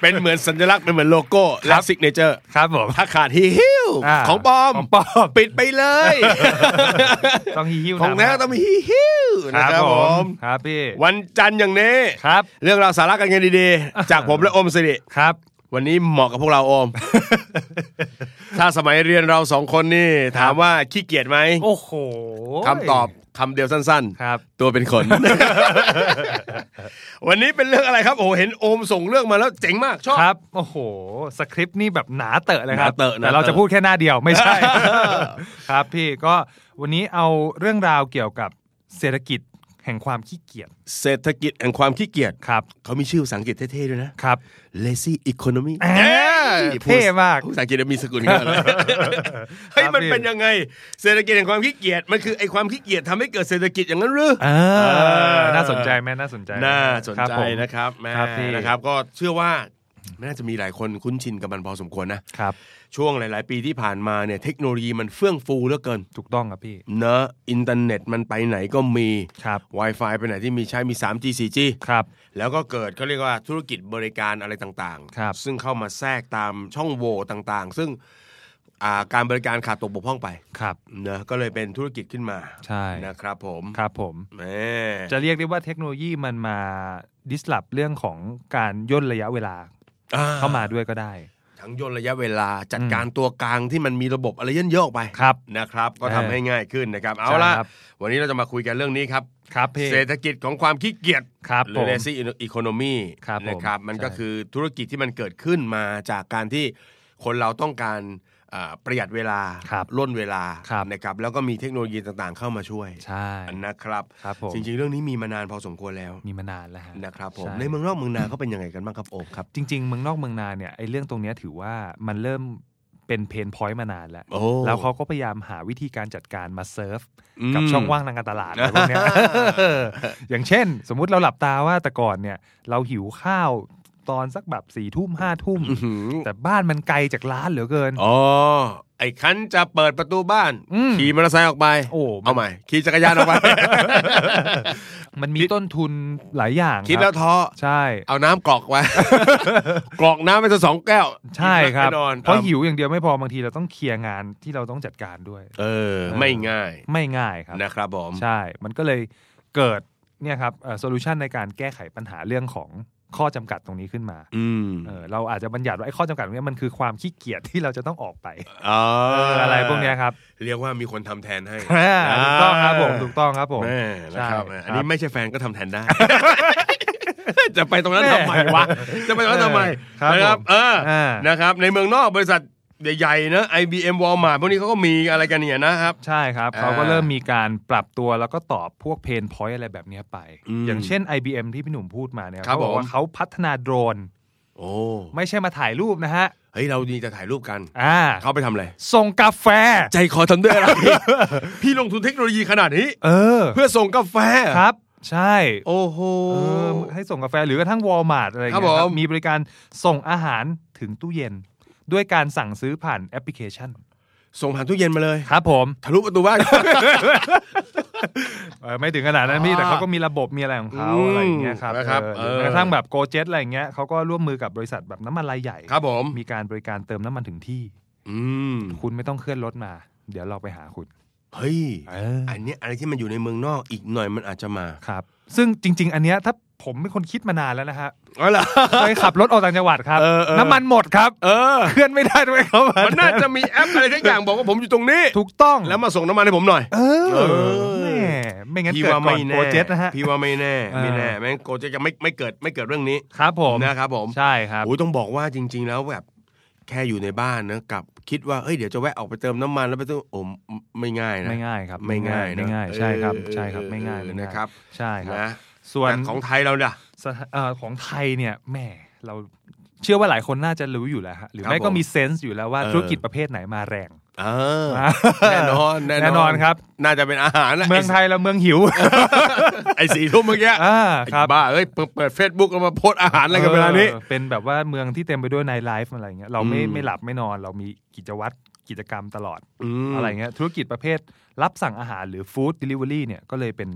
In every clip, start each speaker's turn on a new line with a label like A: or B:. A: เป็นเหมือนสัญลักษณ์เป็นเหมือนโลโก้ และซิกเนเจอร์
B: ครับผม
A: ถ้าขาดฮิฮิว
B: อ่า
A: ของปลอม
B: ของปลอม
A: ปิดไปเลย
B: ต้องฮิ้วๆ
A: ของ
B: นะ
A: แท้ต้องมีฮิฮิว
B: ค
A: นะ
B: รับ
A: ครับ
B: ผ
A: ผม ม
B: ครับพี่
A: วันจันทร์อย่างนี้
B: ครับ
A: เรื่องราวสาระกันกันดีๆ จากผมและอมสิริ
B: ครับ
A: วันนี้เหมาะกับพวกเราอ ม ถ้าสมัยเรียนเราสองคนนี่ ถามว่าขี้เกียจไหม
B: โอ้โห
A: คำตอบคำเดียวสั้น
B: ครับ
A: ๆ ตัวเป็น ข น วันนี้เป็นเรื่องอะไรครับโอ้โหเห็นโอมส่งเรื่องมาแล้วเจ๋งมากชอบ
B: ครับ โอ้โห สคริปต์นี่แบบหนาเตอะเลยครับ
A: หนาเตอะหนาเตอะ
B: แต่เราจะพูดแค่หน้าเดียวไม่ใช่ ครับพี่ก็วันนี้เอาเรื่องราวเกี่ยวกับเศรษฐกิจแห่งความขี้เกียจ
A: เศรษฐกิจแห่งความขี้เกียจ
B: ครับ
A: เขามีชื่อภาษาอังกฤษเท่ๆด้วยนะ
B: ครับ
A: lazy economy
B: เอ้ย
A: นี่
B: เท่มาก
A: พูดภาษาอังกฤษแล้วมีสกุลเงินเลยเฮ้ย
B: ครับ
A: มัน
B: พี่
A: เป็นยังไง เศรษฐกิจแห่งความขี้เกียจ มันคือไอ้ความขี้เกียจทำให้เกิดเศรษฐกิจอย่างนั้นหรือ
B: อ่า
A: เออ
B: น่าสนใจไหมน่าสนใจไหม
A: น่าสน
B: ครับ
A: ใจ
B: ผม
A: นะครับแม่
B: ครับพี่
A: นะครับ ก็เชื่อว่าน่าจะมีหลายคนคุ้นชินกับมันพอสมควรนะ
B: ครับ
A: ช่วงหลาย ๆ ปีที่ผ่านมาเนี่ยเทคโนโลยีมันเฟื่องฟูเหลือเกิน
B: ถูกต้องครับพี่
A: เนอะอินเทอร์เน็ตมันไปไหนก็มี
B: ครับ
A: Wi-Fi ไปไหนที่มีใช้มี 3G 4G
B: ครับ
A: แล้วก็เกิดเขาเรียกว่าธุรกิจบริการอะไรต่าง
B: ครับ
A: ซึ่งเข้ามาแทรกตามช่องโหว่ต่างๆ ซึ่งอ่าการบริการขาดตกบกพร่องไป
B: ครับ
A: เนอะก็เลยเป็นธุรกิจขึ้นมา
B: ใช่
A: นะครับผม
B: ครับผม
A: แหม
B: จะเรียกได้ว่าเทคโนโลยีมันมาดิสลอปเรื่องของการย่นระยะเวลา
A: อ่
B: เข้ามาด้วยก็ได้
A: ทั้งย่นระยะเวลาจัดการตัวกลางที่มันมีระบบอะไรเย่นเยอะออกไป
B: ครับ
A: นะครับ ก็
B: เออ
A: ทำให้ง่ายขึ้นนะครับเอา
B: ใช่
A: ละ
B: ครับ
A: วันนี้เราจะมาคุยกันเรื่องนี้ครับ
B: ครับพี่
A: เศรษฐกิจของความขี้เกียจ
B: ครับ
A: ห
B: ผ
A: รือ
B: ม
A: lazy economy
B: ครับผม
A: นะครับ มัน
B: ใช่
A: ก็คือธุรกิจที่มันเกิดขึ้นมาจากการที่คนเราต้องการอ่าประหยัดเวลา
B: ครับ
A: ล่นเวลา
B: ครับ
A: นะครับ แล้วก็มีเทคโนโลยีต่างๆเข้ามาช่วย
B: ใช่
A: นะครับ
B: ครับผม
A: จริงๆ เรื่องนี้มีมานานพอสมควรแล้ว
B: มีมานานแล้วฮะ
A: นะครับผม
B: ใช่
A: ในเมืองนอกเมืองนาเขาเป็นยังไงกันบ้างครับโอบครับ
B: จริง ๆ เมืองนอกเมืองนาเนี่ยไอ้เรื่องตรงเนี้ยถือว่ามันเริ่มเป็นเพนพอยต์มานานแล้ว
A: โอ้
B: แล้วเขาก็พยายามหาวิธีการจัดการมาเซิร์ฟ
A: อืม
B: กับช่องว่างทางการตลาดอะไรพวกเนี้ย อย่างเช่น สมมุติเราหลับตาว่าแต่ก่อนเนี่ย เราหิวข้าวตอนสักแบบสี่ทุ่มห้าทุ่ม
A: อื้อหือ
B: แต่บ้านมันไกลจากร้านเหลือเกิน
A: อ๋อ ไอ้คันจะเปิดประตูบ้าน
B: อืม
A: ขี่มอเตอร์ไซค์ออกไป
B: โอ้มัน
A: เอาใหม่ขี่จักรยานออกไป
B: มันมีต้นทุนหลายอย่าง
A: คิด
B: รับ
A: แล้วท้อ
B: ใช่
A: เอาน้ำกรอก ไว้ กรอกน้ำไปสักสองแก้ว
B: ใช่ครับ
A: แน่นอน
B: เพราะหิวอย่างเดียวไม่พอบางทีเราต้องเคลียร์งานที่เราต้องจัดการด้วย
A: เออ ไม่ง่าย
B: ไม่ง่ายครับ
A: นะครับผม
B: ใช่ มันก็เลยเกิดเนี่ยครับโซลูชันในการแก้ไขปัญหาเรื่องของข้อจำกัดตรงนี้ขึ้นมา
A: อืม
B: เออเราอาจจะบัญญัติว่าไอ้ข้อจำกัดตรงเนี้ยมันคือความขี้เกียจ ที่เราจะต้องออกไป
A: อ๋อ
B: เอออะไรพวกเนี้ยครับ
A: เรียกว่ามีคนทำแทนให้
B: ถูกต้องครับผมถูกต้องครับผม
A: แม่นะครับ
B: ใช่
A: อันนี้ไม่ใช่แฟนก็ทำแทนได้ จะไปตรงนั้นทำไมวะ จะไปตรงนั้นทำไม
B: ครับ
A: นะครับ
B: ผม
A: เออ
B: อ่าน
A: นะครับ ในเมืองนอกบริษัทใหญ่ๆนะ IBM Walmart พวกนี้เขาก็มีอะไรกันเนี่ยนะครับ
B: ใช่ครับ
A: อ่า
B: เขาก็เริ่มมีการปรับตัวแล้วก็ตอบพวกเพนพอยอะไรแบบเนี้ยไป
A: อืม
B: อย่างเช่น IBM ที่พี่หนุ่มพูดมาเนี่ย
A: ครั
B: เขา
A: บ
B: บอกว่า
A: ผม
B: เขาพัฒนาโดรน
A: โอ้
B: ไม่ใช่มาถ่ายรูปนะฮะ
A: เฮ้ยเราดีจะถ่ายรูปกัน
B: อ่า
A: เขาไปทำอะไร
B: ส่งกาแฟ
A: ใจคอทำด้วยอะไร พี่ลงทุนเทคโนโลยีขนาดนี้
B: เออ
A: เพื่อส่งกาแฟ
B: ครับ ใช่
A: โอ้โห
B: เออให้ส่งกาแฟหรือกระทั่งวอลมาร์ทอะไรอย่าง
A: ค
B: เงี้
A: รั
B: ย
A: บ
B: ค
A: ผ
B: รั
A: ม
B: บมีบริการส่งอาหารถึงตู้เย็น ด้วยการสั่งซื้อผ่านแอปพลิเคชัน
A: ส่งผ่านตู้เย็นมาเลย
B: ครับผม
A: ทะลุประตูบ้าน
B: เออไม่ถึงขนาดนั้นพี่แต่เขาก็มีระบบมีอะไรของเขา
A: อืม
B: อะไรอย่างเงี้ยครับ
A: นะครับ
B: เออห
A: เอ
B: รือ
A: อ
B: แม้กระทั่งแบบโกเจ็ตอะไรอย่างเงี้ยเขาก็ร่วมมือกับบริษัทแบบน้ำมันรายใหญ่
A: ครับผม
B: มีการบริการเติมน้ำมันถึงที่
A: อืม
B: คุณไม่ต้องเคลื่อนรถมา เดี๋ยวเราไปหาคุณ
A: เฮ้ย
B: เออ
A: อันเนี้ยอะไรที่มันอยู่ในเมืองนอกอีกหน่อยมันอาจจะมา
B: ครับ ซึ่งจริง ๆ อันเนี้ยถ้าผมเป็นคนคิดมานานแล้วนะ ฮะ
A: อ๋อเหรอ
B: เคยขับรถออกต่างจังหวัดครับ
A: เออเออ
B: น้ำมันหมดครับ
A: เออ
B: เคลื่อนไม่ได้ด้วยเขามา
A: มันน่าจะมีแอปอะไรทั้งอย่างบอกว่าผมอยู่ตรงนี้
B: ถูกต้อง
A: แล้วมาส่งน้ำมันให้ผมหน่อย
B: เอ
A: เอ
B: อ
A: อ
B: แม่ไม่งั้น
A: พี่
B: เกิด
A: ว่า
B: ก่อ
A: ไม่
B: น
A: แน่
B: โปรเจกต์นะฮะ
A: พี่ว่าไม่แน่
B: เออ
A: ไม่แน่แม่งโกเจ็ตจะไม่ไม่เกิดไม่เกิดเรื่องนี้
B: ครับผม
A: นะครับผม
B: ใช่ครับ
A: โอ้ยต้องบอกว่าจริง ๆ แล้วแบบแค่อยู่ในบ้านนะกับคิดว่าเอ้ยเดี๋ยวจะแวะออกไปเติมน้ำมันแล้วไปตู้โอมไม่ง่ายนะ
B: ไม่ง่ายครับ
A: ไม่ง่ายนะ
B: ไม่ง่ายใช่ครับใช่ครับ
A: เออ
B: ไม่ง่าย
A: เออ
B: ไม่ง่าย
A: นะครับ
B: ใช่ครับ
A: นะ
B: ส่วน
A: แต่ของไทยเราเนี่ย
B: สถเอ่อของไทยเนี่ยแหม่เรา เชื่อว่าหลายคนน่าจะรู้อยู่แล้วฮะหรือไม่
A: ครับผม
B: ก็มีเซนส์อยู่แล้วว่า
A: เออ
B: ธุรกิจประเภทไหนมาแรง
A: อ่าแน่นอนแน่
B: แน่นอนครับ
A: น่าจะเป็นอาหารนะ
B: เมืองไทยเราเมืองหิว
A: ไอ้สี่ทุ่มเมื่อกี้
B: อ่าครับ
A: ไอ้บ้าเอ้ยเปิดเปิดเฟซบุ๊กแล้วมาโพสต์อาหารอะไรกันเวลานี้
B: ออเป็นแบบว่าเมืองที่เต็มไปด้วยไนท์ไลฟ์อะไรอย่างเงี้ยเราไม่
A: อืม
B: ไม่หลับไม่นอนเรามีกิจวัตรกิจกรรมตลอด
A: ม
B: อะไรเงี้ยธุรกิจประเภทรับสั่งอาหารหรือฟู้ดเดลิเวอรี่เนี่ยก็เลยเป็น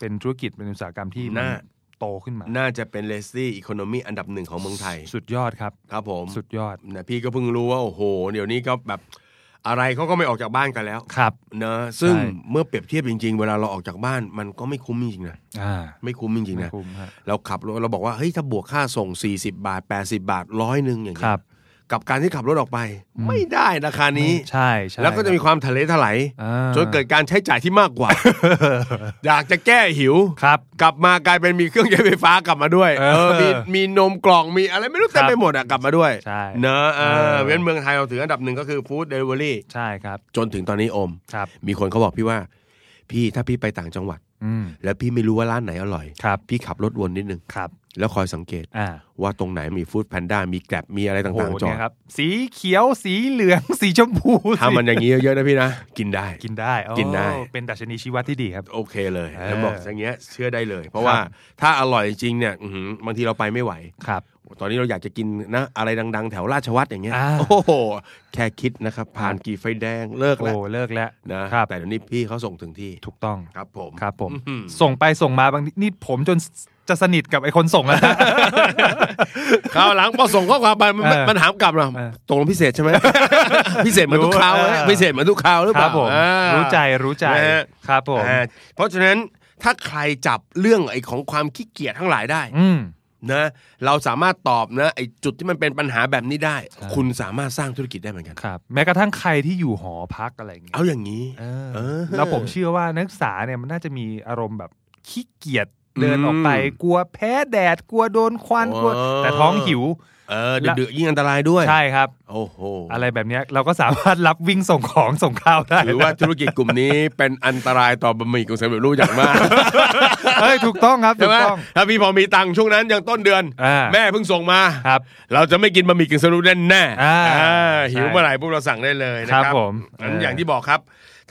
B: เป็นธุรกิจเป็นอุตสาหกรรมที่มัน
A: น่า
B: โตขึ้นมา
A: น่าจะเป็นเลสซี่อีโคโนมีอันดับหนึ่งของเมืองไทย
B: สุดยอดครับ
A: ครับผม
B: สุดยอด
A: นะพี่ก็เพิ่งรู้ว่า โอ้โห เดี๋ยวนี้ก็แบบอะไรเขาก็ไม่ออกจากบ้านกันแล้ว
B: ครับ
A: นะซึ่ง
B: ใช่
A: เมื่อเปรียบเทียบจริงๆ เวลาเราออกจากบ้าน มันก็ไม่คุ้มจริงๆนะ
B: อ่า
A: ไม่คุ้มจริงๆ
B: ไม่
A: นะ
B: คุ้มฮะ
A: เราขับรถเราบอกว่าเฮ้ยถ้าบวกค่าส่ง 40 บาท 80 บาทร้อยหนึ่งอย่าง
B: ค
A: เงี้
B: รั
A: ย
B: บ
A: กับการที่ขับรถออกไป ไม่ได้ราคานี้
B: ใช่ใช่
A: แล้วก็จะมีความทะเลทลาย
B: อ่า
A: จนเกิดการใช้จ่ายที่มากกว่า อยากจะแก้หิว
B: ครับ
A: กลับมากลายเป็นมีเครื่องใช้ไฟฟ้ากลับมาด้วย
B: เออ
A: เออ มีมีนมกล่องมีอะไรไม่รู้
B: ครั
A: เต็ม
B: บ
A: ไปหมดอ่ะกลับมาด้วย
B: ใช่
A: เนอะเอ
B: เอ
A: อ
B: อ
A: เพราะฉะนั้นเมืองไทยเราถืออันดับหนึ่งก็คือฟู้ดเดลิเวอรี่
B: ใช่ครับ
A: จนถึงตอนนี้อม
B: ครับ
A: มีคนเขาบอกพี่ว่า พี่ถ้าพี่ไปต่างจังหวัด
B: อืม
A: แล้วพี่ไม่รู้ว่าร้านไหนอร่อย
B: ครับ
A: พี่ขับรถวนนิดนึง
B: ครับ
A: แล้วคอยสังเกต
B: อ่า
A: ว่าตรงไหนมีฟู้ดแพนด้ามีแกลบมีอะไร
B: โอ้โห
A: ต่างๆจอ
B: เนี่
A: ด
B: ยครับ สีเขียวสีเหลือง สีชมพู
A: ถ้ามันอย่างนี้เยอะๆนะ พี่นะ กินได้
B: กินได้อ๋อ
A: กินได้
B: เป็นดัชนีชีวัดที่ดีครับ
A: โอเคเลย
B: เออ
A: แล้วบอกอย่างเงี้ยเชื่อได้เลย เพราะ
B: ครับ
A: ว่าถ้าอร่อยจริงเนี่ยอื้อหือบางทีเราไปไม่ไหว
B: ครับ
A: ตอนนี้เราอยากจะกินนะอะไรดัง ๆ แถวราชวัตรอย่างเงี้ย
B: อ่า
A: โอ้โหแค่คิดนะครับผ่านกี่ไฟแดงเลิกแล้
B: โอ้
A: ว
B: เลิกแล้ว
A: นะครับ แต่เดี๋ยวนี้พี่เขาส่งถึงที่
B: ถูกต้อง
A: ครับผม
B: ครับผม
A: อื้อหือ
B: ส่งไปส่งมาบางทีนี่ผมจนจะสนิทกับไอ้คนส่งแล้ว
A: คราวหลังพอส่งข้อความไปมัน
B: เออ
A: มันถามกลับเรา
B: เออ
A: ตกลงพิเศษใช่ไหม พิเศษเหมือนทุกคราวไหมพิเศษเหมือนทุกคราวหรือ
B: ค
A: เป
B: รั
A: ล่า
B: บผม
A: อ่า
B: รู้ใจรู้ใจ
A: นะฮะ
B: ครับผม
A: อ่าเพราะฉะนั้นถ้าใครจับเรื่องไอ้ของความขี้เกียจทั้งหลายได้
B: อืม
A: นะเราสามารถตอบนะไอ้จุดที่มันเป็นปัญหาแบบนี้ได้
B: ครับ
A: คุณสามารถสร้างธุรกิจได้เหมือนกัน
B: ครับ แม้กระทั่งใครที่อยู่หอพักอะไรอย่างเงี้ย
A: เอาอย่างนี้
B: เออ
A: เออ
B: แล้วผมเชื่อว่านักศึกษาเนี่ยมันน่าจะมีอารมณ์แบบขี้เกียจเดิน
A: อืม
B: ออกไปกลัวแพ้แดดกลัวโดนควัน
A: โอ้
B: กลัวแต่ท้องหิว
A: เออดึกๆยิ่งอันตรายด้วย
B: ใช่ครับ
A: โอ้โห
B: อะไรแบบเนี้ยเราก็สามารถรับวิ่งส่งของ ส่งข้าวได้
A: หรือว่าธุรกิจกลุ่มนี้เป็นอันตรายต่อบะหมี่กึ่งสำเร็จรูปอย่างมาก
B: เฮ้ยถูกต้องครับ
A: ใช่
B: ถู
A: ไหม
B: กต้อง
A: ถ้าพี่พอมีตังค์ช่วงนั้นยังต้นเดือน
B: อ่า
A: แม่เพิ่งส่งมา
B: ครับ
A: เราจะไม่กินบะหมี่กึ่งสำเร็จรูปแน่แน่
B: อ่า
A: หิวเมื่อไหร่พวกเราสั่งได้เลยนะค
B: ครั
A: รับบ
B: ผม
A: งั้น
B: เออ
A: อ
B: อ
A: ย่างที่บอกครับ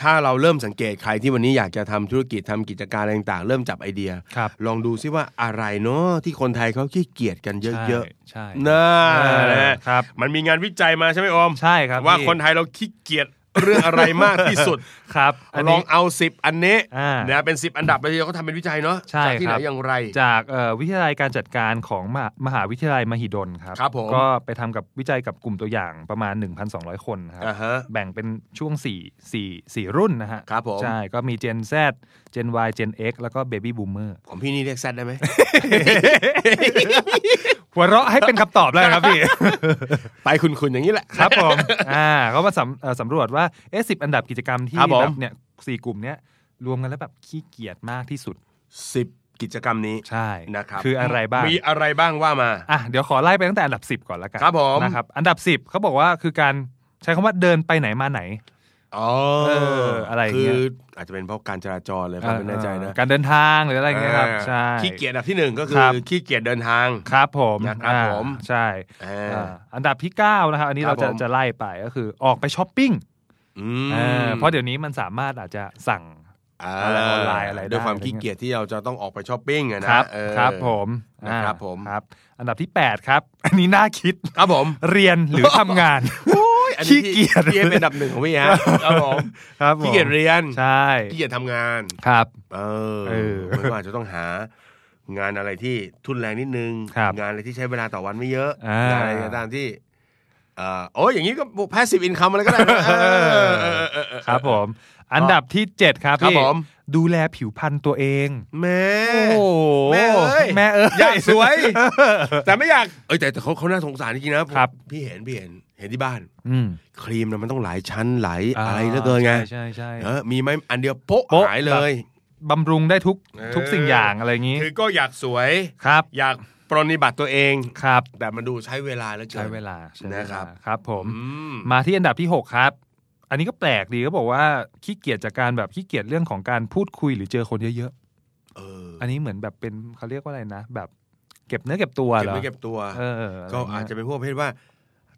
A: ถ้าเราเริ่มสังเกตใครที่วันนี้อยากจะทำธุรกิจทำกิจการอะไรต่างๆ เริ่มจับไอเดีย
B: ครับ
A: ลองดูซิว่าอะไรเนาะที่คนไทยเขาขี้เกียจกันเยอะ
B: ๆใช่
A: ๆนะ
B: เออครับ
A: มันมีงานวิจัยมาใช่ไหมออม
B: ใช่ครับ
A: ว่า
B: พี่
A: คนไทยเราขี้เกียจเรื่องอะไรมากที่สุด
B: ครับน
A: ล
B: นี้
A: องเอาสิบอันนี้
B: อ่า
A: นะเป็นสิบอันดับเลยเขาทำเป็นวิจัยเนาะ
B: ใช่
A: จากที่ไหน
B: ครับ
A: อย่างไร
B: จากเอ่อวิทยาลัยการจัดการของมหามหาวิทยาลัยมหิดลครับ
A: ครับผม
B: ก็ไปทำกับวิจัยกับกลุ่มตัวอย่างประมาณ 1,200 คนครับ
A: อ่าฮะ
B: แบ่งเป็นช่วง 4 4 4 รุ่นนะฮะ
A: ครับผม
B: ใช่ ก็มี Gen Z Gen Y Gen X แล้วก็ Baby Boomer
A: ของพี่นี่เรียกแซดได้ไหม
B: หัวเราะให้เป็นคำตอบแล้วครับพี่
A: ไปคุณๆอย่างนี้แหละ
B: ครับผม อ่าเขามาสำเอ่อสำรวจว่าเอ๊ะสิอันดับกิจกรรมที่
A: ครับผม
B: แบบเนี่ยสี่กลุ่มเนี้ยรวมกันแล้วแบบขี้เกียจมากที่สุด
A: สิบกิจกรรมนี้
B: ใช่
A: นะครับ
B: คืออะไรบ้าง
A: มีอะไรบ้างว่ามา
B: อ่ะเดี๋ยวขอไล่ไปตั้งแต่อันดับ 10 ก่อนละกัน
A: ครับผม
B: นะครับอันดับ 10เขาบอกว่าคือการใช้คำว่าเดินไปไหนมาไหน
A: อ๋อ
B: เอออะไรอย่าง
A: คื
B: เงี้ย
A: ออาจจะเป็นเพราะการจราจรเลยครับไม่แน่ใจนะ
B: เออการเดินทางหรืออะไรอย่างเงี้ยครับ
A: อ่า
B: ใช่
A: ขี้เกียจอันดับที่หนึ่งก็คื
B: ครั
A: อบ ขี้เกียจเดินทาง
B: ครับผม
A: นะครับ
B: อ่า
A: ผม
B: ใช่
A: เอออ่
B: าอันดับที่ 9 นะครับ อันนี้
A: ครั
B: เรา
A: บ
B: จะ
A: ผม
B: จะไล่ไปก็คือออกไปช้อปปิ้ง
A: อืม
B: เออเพราะเดี๋ยวนี้มันสามารถอาจจะสั่ง อะไรออนไลน์อะไรได้
A: ด้วยความขี้เกียจที่เราจะต้องออกไปช้อปปิ้งอะ
B: ค
A: นะ
B: รับ
A: เออ
B: ครับผมอ่า
A: นะครับผม
B: ครับ อันดับที่ 8 ครับ อันนี้น่าคิด
A: ครับผม
B: เรียนหรือทำงาน
A: อัน
B: ขี้
A: นี้
B: เกียจ
A: พี่พี่ให้เป็นอันดับหนึ่งของพี่ฮะครับผม
B: ครับผม
A: ขี้เกียจเรียน
B: ใช่
A: ขี้เกียจทำงาน
B: ครับ
A: เอ
B: เอ
A: อ
B: อ
A: มันก็อาจจะต้องหางานอะไรที่ทุนแรงนิดนึง
B: ครับ
A: งานอะไรที่ใช้เวลาต่อวันไม่เยอะ
B: อ่าง
A: านอะไรก็ตามที่เอ่อโอ้ยอย่างนี้ก็พาสซีฟอินคัมอะไรก็ได้นะเออเออเออเออเออ
B: ครับผม อันดับที่ 7 ครับ
A: ครับ
B: พี่
A: ผม
B: ดูแลผิวพรรณตัวเอง
A: แม่
B: แม่
A: แม่
B: เอ้
A: เอ้
B: ย
A: ย
B: แม่เอ้ย
A: อยากสวย แต่ไม่อยากเอ้ยแต่แต่เขาเขาน่าสงสารจริงๆนะครับ พี่เห็นพี่เห็นเห็นที่บ้าน
B: อืม
A: ครีมนะมันต้องหลายชั้นหลายอะไรเหลือเกินไง
B: ใช่ใช่ใช่
A: เออมีไหมอันเดียวโปะ
B: โป๊ะ
A: หายเลย
B: บำรุงได้ทุก
A: เออ
B: ทุกสิ่งอย่างอะไรอย่างนี้
A: คือก็อยากสวย
B: ครับ
A: อยากปรนนิบัติตัวเอง
B: ครับ
A: แต่มันดูใช้เวลาแล้วเกิน
B: ใช้เวลาใช้เวลา
A: นะครับ
B: ครับผม
A: อืม
B: มาที่อันดับที่ 6 ครับ อันนี้ก็แปลกดีก็บอกว่าขี้เกียจจากการแบบขี้เกียจเรื่องของการพูดคุยหรือเจอคนเยอะ
A: เออ
B: ๆ อันนี้เหมือนแบบเป็นเขาเรียกว่าอะไรนะ แบบ เก็บเนื้อเก็บตัว
A: เก็บ
B: เหรอ
A: ไม่เก็บตัว
B: เอออะไรเงี้ย
A: ก็อาจจะเป็นพวกประเภทว่า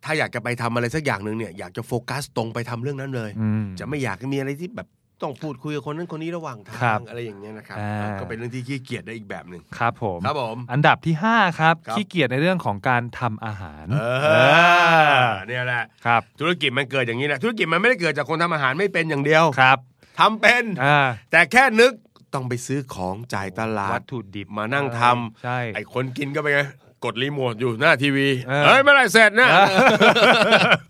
A: ถ้าอยากจะไปทำอะไรสักอย่างหนึ่งเนี่ยอยากจะโฟกัสตรงไปทำเรื่องนั้นเลย
B: อืม
A: จะไม่อยากมีอะไรที่แบบต้องพูดคุยกับคนนั้นคนนี้ระหว่างทา
B: ครับ
A: งอะไรอย่างเงี้ยนะครับ
B: อ่า
A: ก็เป็นเรื่องที่ขี้เกียจได้อีกแบบหนึ่ง
B: ครับผม
A: ครับผม
B: อันดับที่ห้าครับ
A: ครับ
B: ขี้เกียจในเรื่องของการทำอาหาร
A: เอ
B: เอ
A: อ
B: อ
A: เนี่ยแหละ
B: ครับ
A: ธุรกิจมันเกิดอย่างนี้แหละธุรกิจมันไม่ได้เกิดจากคนทำอาหารไม่เป็นอย่างเดียว
B: ครับ
A: ทำเป็น
B: อ่า
A: แต่แค่นึกต้องไปซื้อของจ่ายตลา
B: วั
A: ด
B: ตถุดิบ
A: มานั่งทำ
B: ใช่
A: ไอ้คนกินก็ไปนไงกดรีโมทอยู่หน้าทีวี
B: เออ
A: เฮ้ยเมื่อไหรเสร็จนะ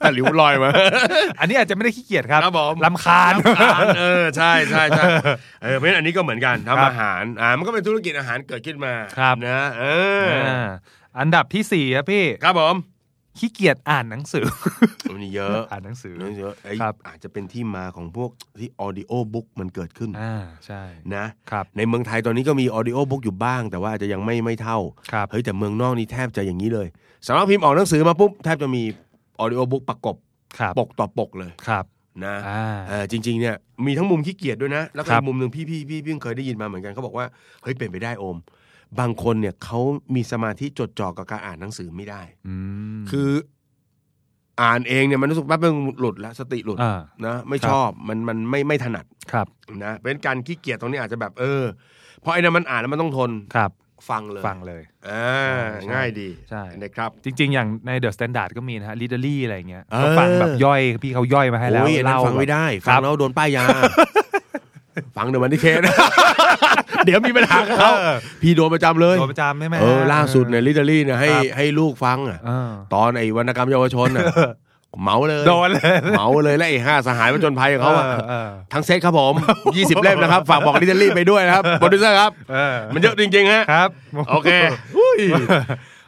A: ตะหลิวลอยมา
B: อันนี้อาจจะไม่ได้ขี้เกียจครับ
A: ครับผม
B: ลำคาญ
A: รำคาญเออใช่ใช่ใช่ เออเพราะฉะนั้นอันนี้ก็เหมือนกัน
B: ครั
A: ทำ
B: บ
A: อาหารอ่ามันก็เป็นธุรกิจอาหารเกิดขึ้นมา
B: ครับ
A: นะเอออ
B: อ่าอันดับที่สี่ครับพี่
A: ครับผม
B: ขี้เกียจอ่านหนังสือ
A: มันนี้เยอะ
B: อ่านหนังสือ
A: เยอะไอ้
B: ครับ
A: อาจจะเป็นที่มาของพวกที่ออดิโอบุ๊กมันเกิดขึ้น
B: อ่าใช่
A: นะครับ ในเมืองไทยตอนนี้ก็มีออดิโอบุ๊กอยู่บ้าง แต่ว่าอาจจะยังไม่ไม่เท่า
B: ครับ
A: เฮ้ยแต่เมืองนอกนี่แทบจะอย่างนี้เลยสำนักพิมพ์ออกหนังสือมาปุ๊บแทบจะมีออดิโอบุ๊กประกบ
B: ครับ
A: ปกต่อปกเลย
B: ครับ
A: นะ
B: อ่า
A: เอ่อจริงๆเนี่ยมีทั้งมุมขี้เกียจด้วยนะ แล้วก็
B: ครับ
A: อีกมุมหนึ่งพี่พี่พี่เพิ่งเคยได้ยินมาเหมือนกันเขาบอกว่าเฮ้ยเป็นไปได้โอม บางคนเนี่ยเขามีสมาธิจดจ่อกับการอ่านหนังสือไม่ได้
B: อืม
A: คืออ่านเองเนี่ยมันรู้สึกว่ามันงหลุดแล้วสติหลุด
B: อ่า
A: นะไม่
B: ครับ
A: ชอบมันมันไม่ไม่ถนัด
B: ครับ
A: นะเพราะฉะนั้นการขี้เกียจตรงนี้อาจจะแบบเออเพราะไอ้นั่นมันอ่านแล้วมันต้องทน
B: ครับ
A: ฟังเลย
B: ฟังเลย
A: อ่า
B: ใช่
A: ง่ายดี
B: ใช่
A: นะครับ
B: จริง ๆ อย่างในเดอะสแตนดาร์ดก็มีนะฮะลิเดอรี่อะไรเงี้ย
A: เออ
B: ก็ฟังแบบย่อยพี่เขาย่อยมาให้แล้ว
A: โอ้ยอันนั้น
B: เล่า
A: ฟังไม่ได้
B: ค
A: ฟัง
B: รับ
A: แล้วโดนป้าย ยา ฟังเดี๋ยวมันที่เคส เดี๋ยวมีปัญหากับเขา
B: เออ
A: พี่โดนประจำเลย
B: โดนประจำใช่ไหม
A: เออล่าสุดเนี่ยลิเดอรี่เนี่ยให้
B: ครับ
A: ให้ลูกฟังอ่ะ
B: เออ
A: ตอนไอ้วรรณกรรมเยาวช นอ่ะเหมาเลย
B: โดน เลย
A: เหมาเลยและไอ้ห้าสหายประจนภัยของเขาอะ
B: ออเออ
A: ทั้งเซตครับผม 20 เล่มนะครับ ฝากบอกลิเดอรี่ไปด้วยนะครับโปรดิวเซอร์ครับ
B: เออ
A: มันเยอะจริงๆฮะ
B: ครับ
A: โอเค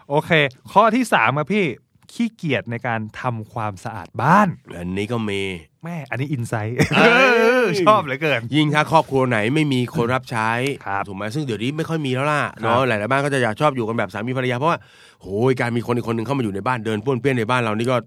B: โอเค ข้อที่สามครับพี่ขี้เกียจในการทำความสะอาดบ้าน
A: อันนี้ก็มี
B: แม่ อันนี้อินไซต์
A: เอ้ย
B: ชอบเหลือเกิน
A: ยิ่งถ้าครอบครัวไหนไม่มีคนรับใช้
B: ครับ
A: ถูกไหมซึ่งเดี๋ยวนี้ไม่ค่อยมีแล้วล่ะ
B: ครับ
A: เนาะหลายๆบ้านก็จะอยากชอบอยู่กันแบบสามีภรรยาเพราะว่าโหยการมีคนอีกคนหนึ่งเข้ามาอยู่ในบ้านเดินป้วนเปี้ยนในบ้านเรานี่ก็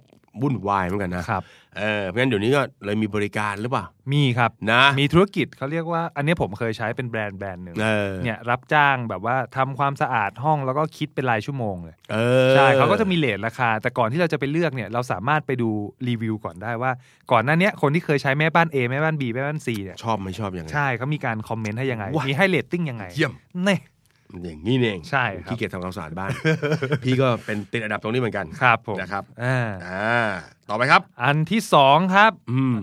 A: วุ่นวายเหมือนกันนะครับ เออเพราะงั้นเดี๋ยวนี้ก็เลยมีบริการหรือเปล่า
B: มีครับ
A: นะ
B: มีธุรกิจเขาเรียกว่า อันนี้ผมเคยใช้เป็นแบรนด์แบรนด์หนึ่ง
A: เออ
B: เนี่ยรับจ้างแบบว่าทำความสะอาดห้องแล้วก็คิดเป็นรายชั่วโมงเลย
A: เออ
B: ใช่เขาก็จะมีเลทราคา แต่ก่อนที่เราจะไปเลือกเนี่ยเราสามารถไปดูรีวิวก่อนได้ว่า ก่อนหน้าเนี้ยคนที่เคยใช้แม่บ้าน A แม่บ้าน B แม่บ้าน C เนี่ย
A: ชอบไม่ชอบยังไง
B: ใช่เขามีการคอมเมนต์ให้ยังไง
A: ว้ามี
B: มีให้เลตติ้งยังไง
A: เยี่ยม
B: เน่
A: อย่างนี้นี่เอง
B: ใช่ครับ
A: ขี้เกียจทำความสะอาดบ้าน พี่ก็เป็นติดอันดับตรงนี้เหมือนกัน
B: ครับผม
A: นะครับ
B: อ่า
A: อ่าต่อไปครับ
B: อันที่สองครับ
A: อืม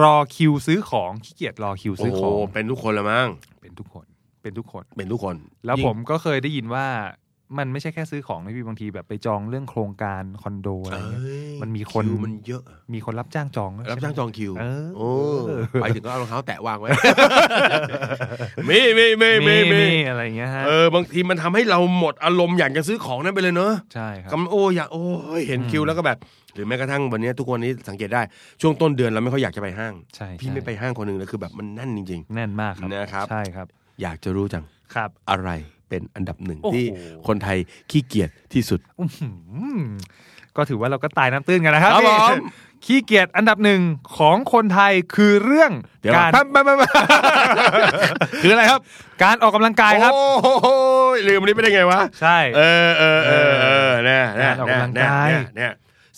B: รอคิวซื้อของขี้เกียจรอคิว
A: โอ้
B: ซื้อ
A: โห
B: ของ
A: เป็นทุกคนละมั้ง
B: เป็นทุกคนเป็นทุกคน
A: เป็นทุกคน
B: แล้ว
A: ยิ่ง
B: ผมก็เคยได้ยินว่ามันไม่ใช่แค่ซื้อของนะพี่บางทีแบบไปจองเรื่องโครงการคอนโดอะไรเงี้ย
A: เอ้ย
B: มันมีคน
A: วมันเยอะ
B: มีคนรับจ้างจองนะ
A: รับ
B: ใช่ไหม
A: จ้างจองคิว
B: เออ
A: โอ้ไปถึงก็เอารองเท้าแตะวางไว้ มีมีมีมี
B: มี
A: มี
B: มีอะไรเงี้ยฮะ
A: เออบางทีมันทำให้เราหมดอารมณ์อยากจะซื้อของนั้นไปเลยเนอะ
B: ใช่ครับ
A: กำโอ้อยากโอ้ยเห็นคิวแล้วก็แบบ หรือแม้กระทั่งวันเนี้ยทุกวันนี้สังเกตได้ช่วงต้นเดือนเราไม่ค่อยอยากจะไปห้าง
B: ใช่
A: พี่
B: ใช่
A: ไม่ไปห้างคนหนึ่งเลยคือแบบมันแน่นจริง
B: แน่นมากครับ
A: นะครับ
B: ใช่ครับ
A: ๆ อยากจะรู้จัง
B: ครับ
A: อะไรเป็นอันดับหนึ่ง
B: โอ้โห
A: ที่คนไทยขี้เกียจที่สุด
B: อื้อหือก็ถือว่าเราก็ตายน้ำตื้นกันนะครับ
A: ครับ
B: พี่
A: ผม
B: ขี้เกียจอันดับหนึ่งของคนไทยคือเรื่อง
A: เดี๋ยว
B: การ
A: ปั๊บปั๊บปั๊บปั๊บ
B: คืออะไรครับ การออกกำลังกายครับ
A: โอ้โหลืมอันนี้ไปได้ไงวะ
B: ใช่
A: เออเออเออเออเนี่ย
B: กา
A: เนี่
B: ร
A: ย
B: ออก
A: เนี่ย
B: กำลัง
A: เนี่ย
B: กาย
A: เนี่ยเนี่ย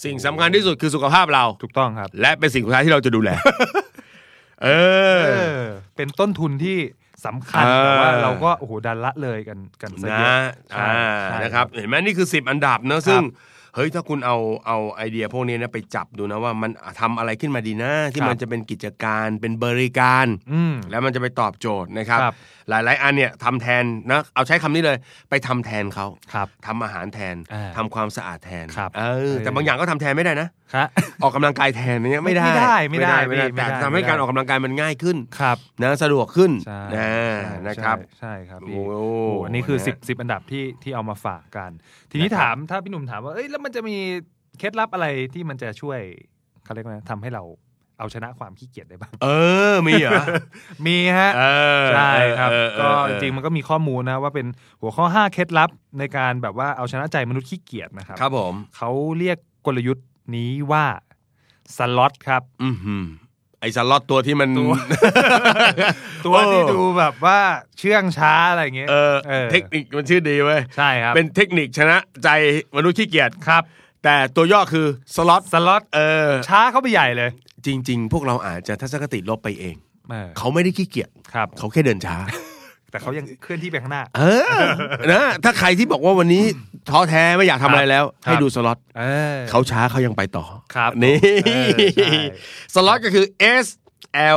A: สิ่งสำคัญที่สุดคือสุขภาพเรา
B: ถูกต้องครับ
A: และเป็นสิ่งสุดท้ายที่เราจะดูแล เออ
B: เออเป็นต้นทุนที่สำคัญ
A: เอ
B: แต่
A: อ
B: ว่าเราก็โอ้โหดันละเลยกันกันซะเย
A: นะ
B: อะใช่
A: อ่า
B: ใช่
A: นะครับเห็นไหมนี่คือ 10 อันดับเน
B: ค
A: อะ
B: รับ
A: ซึ่งเฮ้ยถ้าคุณเอาเอาไอเดียพวกนี้นะไปจับดูนะว่ามันทำอะไรขึ้นมาดีนะ ที่
B: ครับ
A: มันจะเป็นกิจการเป็นบริการ
B: อืม
A: แล้วมันจะไปตอบโจทย์นะครับ
B: ครับ
A: หลาย ๆ อันเนี่ยทำแทนนะเอาใช้คำนี้เลย ไปทำแทนเขา
B: ครับ
A: ทำอาหารแทน
B: อ่า
A: ทำความสะอาดแทน
B: ครับ
A: เออแต่
B: เออ
A: บางอย่างก็ทำแทนไม่ได้นะ
B: ครับ
A: ออกกำลังกายแทนเนี่ยไม่ได้
B: ไม่ได้ไม่ได้
A: ไม่ได้
B: ไม่ได้
A: แต่
B: ไม่ได้
A: ทำให้
B: ไม่ได้
A: การออกกำลังกายมันง่ายขึ้น
B: ครับ
A: นะสะดวกขึ้น
B: ใช่
A: นะ
B: ใช่
A: นะครับ
B: ใช่ใช่ครับพี่
A: โอ้โห
B: โอ้โหอันนี้คือ
A: ะ
B: 10 10 อันดับที่ที่เอามาฝากกัน ทีนี้
A: นะครับ
B: ถามถ้าพี่หนุ่มถามว่า เอ้ยแล้วมันจะมีเคล็ดลับอะไรที่มันจะช่วยเขาเรียกว่าไงทำให้เราเอาชนะความขี้เกียจได้บ้าง
A: เออ มีเหรอ
B: มีฮะ
A: เออ
B: ใช่ครับ
A: เออเอ
B: ก็
A: อ
B: จ
A: เออ
B: ริงๆมันก็มีข้อมูลนะว่าเป็นหัวข้อ 5 เคล็ดลับในการแบบว่าเอาชนะใจมนุษย์ขี้เกียจนะครับ
A: ครับผม
B: เขาเรียกกลยุทธ์นี้ว่าสล็อตครับ
A: อือหือไอ ไอ้สล็อตตัวที่มัน
B: ตัว ตัวที่ดูแบบว่าเชื่องช้าอะไรอย่างเงี้ย
A: เออเทคนิคมันชื่อดีเว้ย
B: ใช่ครับ
A: เป็นเทคนิคชนะใจมนุษย์ขี้เกียจ
B: ครับ
A: แต่ตัวย่อคือสล็อต
B: สล็อต
A: เออ
B: ช้าเข้าไปใหญ่เลย
A: จริง ๆ พวกเราอาจจะทัศนคติลบไปเอง
B: เออ
A: เขาไม่ได้ขี้เกียจ
B: ครับ
A: เขาแค่เดินช้า
B: แต่เขายังเคลื่อนที่ไปข้างหน้า
A: เออ นะถ้าใครที่บอกว่าวันนี้ท้อแท้ไม่อยากทำอะไรแล้ว
B: ครับ
A: ให้ดูสล็อต
B: เออ
A: เขาช้าเขายังไปต่อ
B: ครับ
A: นี่
B: เออใช่
A: สล็อตก็คือ S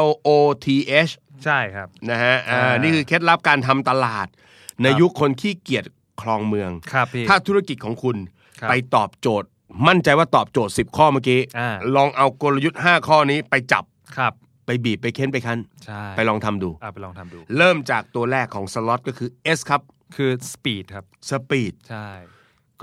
A: L O T H
B: ใช่ครับ
A: นะฮะอ่า
B: อ่านี่
A: นี่คือเคล็ดลับการทำตลาด ในยุคคนขี้เกียจคลองเมือง
B: ครับพี่
A: ถ้าธุรกิจของคุณ
B: ครับ
A: ไปตอบโจทย์ มั่นใจว่าตอบโจทย์ 10 ข้อเมื่อกี้
B: อ่า
A: ลองเอากลยุทธ์ 5 ข้อนี้ไปจับ
B: ครับ
A: ไปบีบไปเค้นไปคั้น
B: ใช่
A: ไปลองทำดู
B: อ่ะไปลองทำดู
A: เริ่มจากตัวแรกของสล็อตก็คือ S ครับ
B: คือสปีดครับ
A: สปีด
B: ใช่